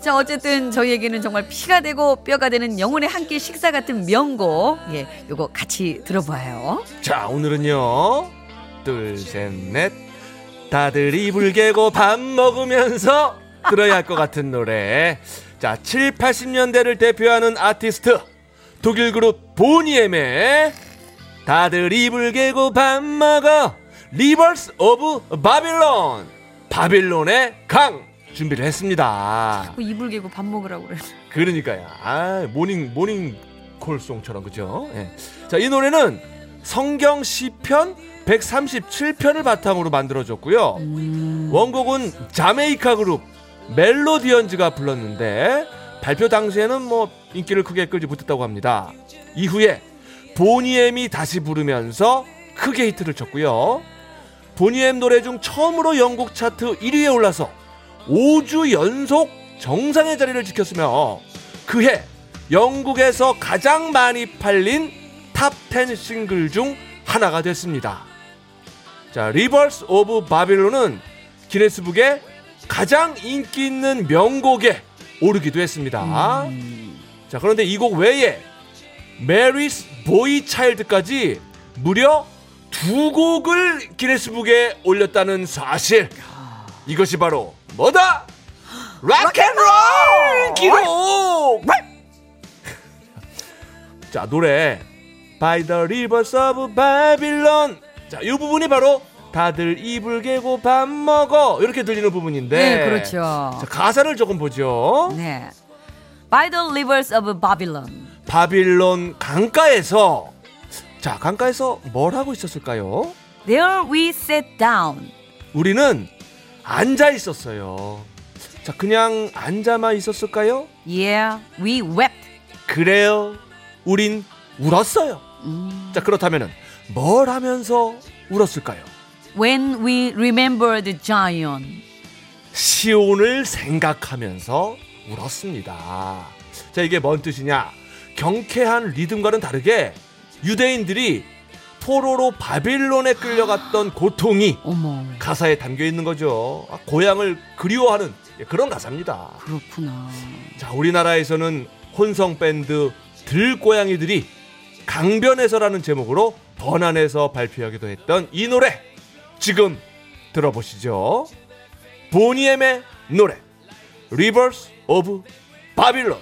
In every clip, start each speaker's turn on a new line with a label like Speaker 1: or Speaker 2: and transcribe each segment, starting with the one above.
Speaker 1: 자 어쨌든 저희에게는 정말 피가 되고 뼈가 되는 영혼의 한 끼 식사 같은 명곡. 예, 요거 같이 들어봐요.
Speaker 2: 자 오늘은요 둘셋넷 다들 이불 개고 밥 먹으면서 들어야 할 것 같은 노래 자 7, 80년대를 대표하는 아티스트 독일 그룹 보니엠의 다들 이불 개고 밥 먹어 리버스 오브 바빌론 바빌론의 강 준비를 했습니다
Speaker 1: 자꾸 이불 개고 밥 먹으라고 그래.
Speaker 2: 그러니까요. 아, 모닝 모닝 콜송처럼 그죠? 예. 자, 이 노래는 성경 시편 137편을 바탕으로 만들어졌고요. 원곡은 자메이카 그룹 멜로디언즈가 불렀는데 발표 당시에는 뭐 인기를 크게 끌지 못했다고 합니다. 이후에 보니엠이 다시 부르면서 크게 히트를 쳤고요. 보니엠 노래 중 처음으로 영국 차트 1위에 올라서 5주 연속 정상의 자리를 지켰으며 그해 영국에서 가장 많이 팔린 탑 10 싱글 중 하나가 됐습니다. 자, 리버스 오브 바빌론은 기네스북에 가장 인기 있는 명곡에 오르기도 했습니다. 자, 그런데 이 곡 외에 메리스 보이 차일드까지 무려 두 곡을 기네스북에 올렸다는 사실. 이것이 바로 뭐다? 락앤롤 기록! 자, 노래 By the rivers of Babylon 자, 이 부분이 바로 다들 이불 개고 밥 먹어 이렇게 들리는 부분인데
Speaker 1: 네, 그렇죠.
Speaker 2: 자, 가사를 조금 보죠.
Speaker 1: 네. By the rivers of Babylon.
Speaker 2: 바빌론 강가에서 자 강가에서 뭘 하고 있었을까요?
Speaker 1: There we sat down.
Speaker 2: 우리는 앉아 있었어요. 자 그냥 앉아만 있었을까요?
Speaker 1: Yeah, we wept.
Speaker 2: 그래요. 우린 울었어요. 자 그렇다면은 뭘 하면서 울었을까요?
Speaker 1: When we remembered Zion.
Speaker 2: 시온을 생각하면서 울었습니다. 자, 이게 뭔 뜻이냐? 경쾌한 리듬과는 다르게 유대인들이 포로로 바빌론에 끌려갔던 고통이
Speaker 1: 어머,
Speaker 2: 가사에 담겨 있는 거죠. 아, 고향을 그리워하는 예, 그런 가사입니다.
Speaker 1: 그렇구나.
Speaker 2: 자, 우리나라에서는 혼성 밴드 들고양이들이 강변에서라는 제목으로 번안에서 발표하기도 했던 이 노래 지금 들어보시죠. 보니엠의 노래 리버스 오브 바빌론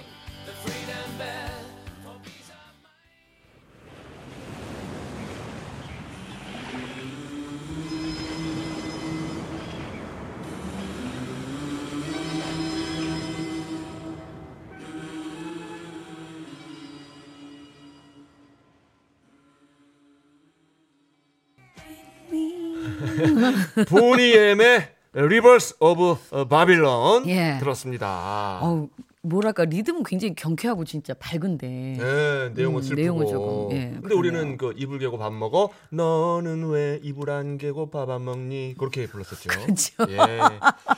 Speaker 2: 보니엠의 리버스 오브 바빌론
Speaker 1: 예.
Speaker 2: 들었습니다.
Speaker 1: 어우, 뭐랄까, 리듬은 굉장히 경쾌하고 진짜 밝은데.
Speaker 2: 네, 내용은
Speaker 1: 음,
Speaker 2: 슬프고.
Speaker 1: 내용은 조금, 예,
Speaker 2: 근데
Speaker 1: 그러네요.
Speaker 2: 우리는 그 이불 개고 밥 먹어. 너는 왜 이불 안 개고 밥 안 먹니? 그렇게 불렀었죠.
Speaker 1: 그렇죠.
Speaker 2: 예.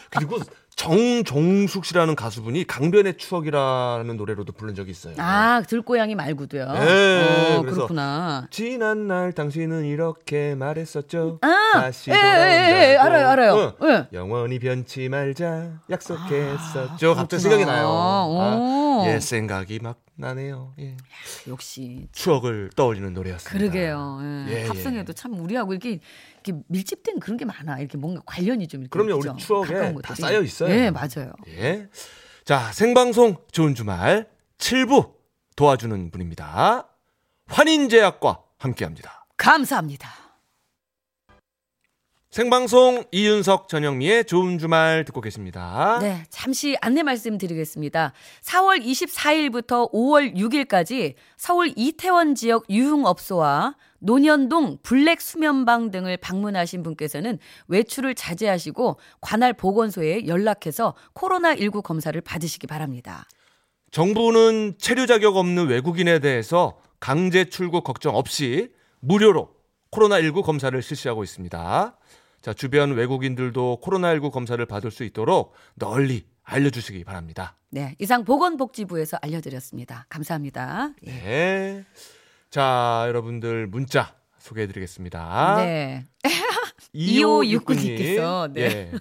Speaker 2: 그리고 정종숙 씨라는 가수분이 강변의 추억이라는 노래로도 부른 적이 있어요.
Speaker 1: 아, 들고양이 말고도요.
Speaker 2: 네,
Speaker 1: 어,
Speaker 2: 그래서-
Speaker 1: 그렇구나.
Speaker 2: 지난 날 당신은 이렇게 말했었죠.
Speaker 1: 아,
Speaker 2: 다시
Speaker 1: 예, 예, 예, 예,
Speaker 2: 돌아온다고.
Speaker 1: 알아요, 알아요.
Speaker 2: 응.
Speaker 1: 예.
Speaker 2: 영원히 변치 말자 약속했었죠. 갑자기 생각이 나요.
Speaker 1: 아, 오.
Speaker 2: 아, 옛 생각이 막 나네요. 예.
Speaker 1: 역시
Speaker 2: 추억을 떠올리는 노래였습니다.
Speaker 1: 그러게요. 예.
Speaker 2: 예,
Speaker 1: 팝송에도 참 우리하고 이렇게, 이렇게 밀집된 그런 게 많아. 이렇게 뭔가 관련이 좀. 이렇게
Speaker 2: 그럼요,
Speaker 1: 있죠.
Speaker 2: 우리 추억에
Speaker 1: 가까운
Speaker 2: 다
Speaker 1: 것들이.
Speaker 2: 쌓여 있어요.
Speaker 1: 예, 맞아요.
Speaker 2: 예. 자, 생방송 좋은 주말 7부 도와주는 분입니다. 환인제약과 함께 합니다.
Speaker 1: 감사합니다.
Speaker 2: 생방송 이윤석 전영미의 좋은 주말 듣고 계십니다.
Speaker 1: 네, 잠시 안내 말씀드리겠습니다. 4월 24일부터 5월 6일까지 서울 이태원 지역 유흥업소와 논현동 블랙 수면방 등을 방문하신 분께서는 외출을 자제하시고 관할 보건소에 연락해서 코로나19 검사를 받으시기 바랍니다.
Speaker 2: 정부는 체류 자격 없는 외국인에 대해서 강제 출국 걱정 없이 무료로 코로나19 검사를 실시하고 있습니다. 자, 주변 외국인들도 코로나19 검사를 받을 수 있도록 널리 알려주시기 바랍니다.
Speaker 1: 네, 이상 보건복지부에서 알려드렸습니다. 감사합니다. 예.
Speaker 2: 네. 자, 여러분들 문자 소개해드리겠습니다.
Speaker 1: 네.
Speaker 2: 2569 님.
Speaker 1: 님께서, 네.
Speaker 2: 예.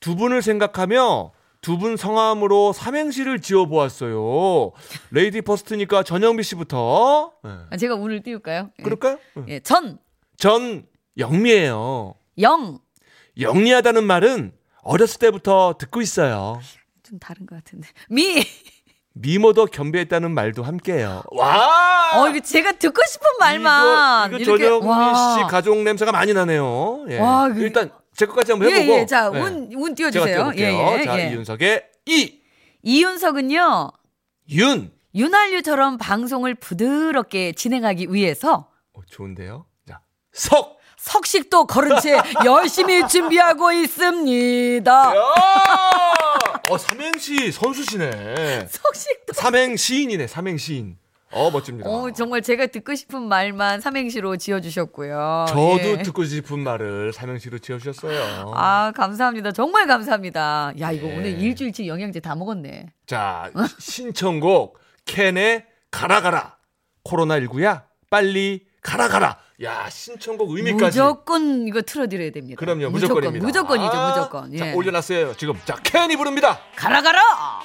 Speaker 2: 두 분을 생각하며 두 분 성함으로 삼행시를 지어보았어요. 레이디 퍼스트니까 전영미 씨부터. 네.
Speaker 1: 아, 제가 운을 띄울까요? 예.
Speaker 2: 그럴까요? 네.
Speaker 1: 예, 전,
Speaker 2: 전 영미예요.
Speaker 1: 영.
Speaker 2: 영리하다는 말은 어렸을 때부터 듣고 있어요.
Speaker 1: 좀 다른 것 같은데. 미.
Speaker 2: 미모도 겸비했다는 말도 함께요. 와!
Speaker 1: 어, 이거 제가 듣고 싶은 말만.
Speaker 2: 아. 이거, 이거 전영미 씨 가족 냄새가 많이 나네요. 예.
Speaker 1: 와, 그-
Speaker 2: 일단 제 것까지 한번 해보고.
Speaker 1: 예, 예. 자,
Speaker 2: 예.
Speaker 1: 운, 운
Speaker 2: 제가
Speaker 1: 띄워주세요. 예,
Speaker 2: 띄워볼게요.
Speaker 1: 예,
Speaker 2: 자,
Speaker 1: 예.
Speaker 2: 이윤석의
Speaker 1: 이윤석은요,
Speaker 2: 이윤.
Speaker 1: 윤활유처럼 방송을 부드럽게 진행하기 위해서
Speaker 2: 어, 좋은데요. 자, 석.
Speaker 1: 석식도 걸은 채 열심히 준비하고 있습니다.
Speaker 2: 어, 삼행시 선수시네.
Speaker 1: 석식도.
Speaker 2: 삼행 시인이네. 삼행 시인. 어, 멋집니다.
Speaker 1: 어, 정말 제가 듣고 싶은 말만 삼행시로 지어주셨고요.
Speaker 2: 저도
Speaker 1: 예.
Speaker 2: 듣고 싶은 말을 삼행시로 지어주셨어요.
Speaker 1: 아, 감사합니다. 정말 감사합니다. 야, 이거
Speaker 2: 예.
Speaker 1: 오늘 일주일치 영양제 다 먹었네.
Speaker 2: 자, 신청곡 캔의 가라 가라. 코로나 19야. 빨리 가라 가라. 야, 신청곡 의미까지.
Speaker 1: 무조건 이거 틀어드려야 됩니다.
Speaker 2: 그럼요. 무조건입니다.
Speaker 1: 무조건, 무조건이죠,
Speaker 2: 아,
Speaker 1: 무조건.
Speaker 2: 자,
Speaker 1: 예.
Speaker 2: 올려놨어요. 지금. 자, 캔이 부릅니다.
Speaker 1: 가라, 가라!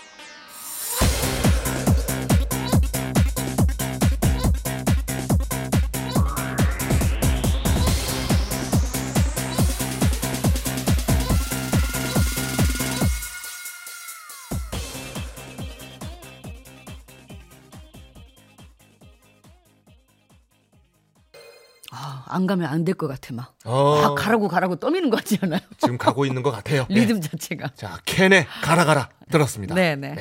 Speaker 1: 아, 안 가면 안 될 것 같아, 막.
Speaker 2: 어,
Speaker 1: 아, 가라고 가라고 떠미는 거 같지 않아요?
Speaker 2: 지금 가고 있는 것 같아요. 예.
Speaker 1: 리듬 자체가.
Speaker 2: 자, 캔의 가라 가라 들었습니다.
Speaker 1: 네네.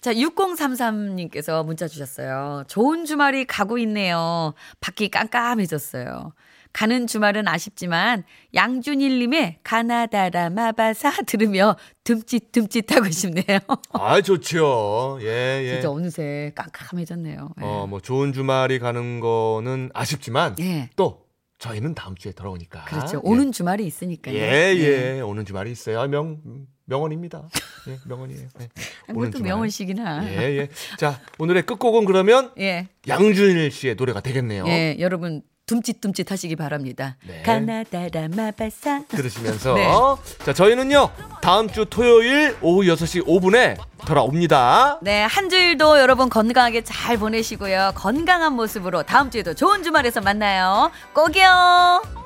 Speaker 1: 자, 6033님께서 문자 주셨어요. 좋은 주말이 가고 있네요. 밖이 깜깜해졌어요. 가는 주말은 아쉽지만 양준일님의 가나다라 마바사 들으며 듬칫듬칫하고 싶네요.
Speaker 2: 아, 좋지요. 예, 예.
Speaker 1: 진짜 어느새 깜깜해졌네요. 예.
Speaker 2: 어, 뭐 좋은 주말이 가는 거는 아쉽지만
Speaker 1: 예.
Speaker 2: 또 저희는 다음 주에 돌아오니까.
Speaker 1: 그렇죠.
Speaker 2: 예.
Speaker 1: 오는 주말이 있으니까요. 네.
Speaker 2: 예, 예. 오는 주말이 있어요. 명 명언입니다. 예, 명언이에요. 예. 오는
Speaker 1: 그것도
Speaker 2: 주말.
Speaker 1: 명언식이나.
Speaker 2: 예, 예. 자, 오늘의 끝곡은 그러면
Speaker 1: 예.
Speaker 2: 양준일 씨의 노래가 되겠네요.
Speaker 1: 예, 여러분 둠칫둠칫 하시기 바랍니다.
Speaker 2: 어? 네.
Speaker 1: 가나다라 마바사.
Speaker 2: 들으시면서
Speaker 1: 네.
Speaker 2: 자, 저희는요. 다음 주 토요일 오후 6시 5분에 돌아옵니다.
Speaker 1: 네, 한 주일도 여러분 건강하게 잘 보내시고요. 건강한 모습으로 다음 주에도 좋은 주말에서 만나요. 꼭이요.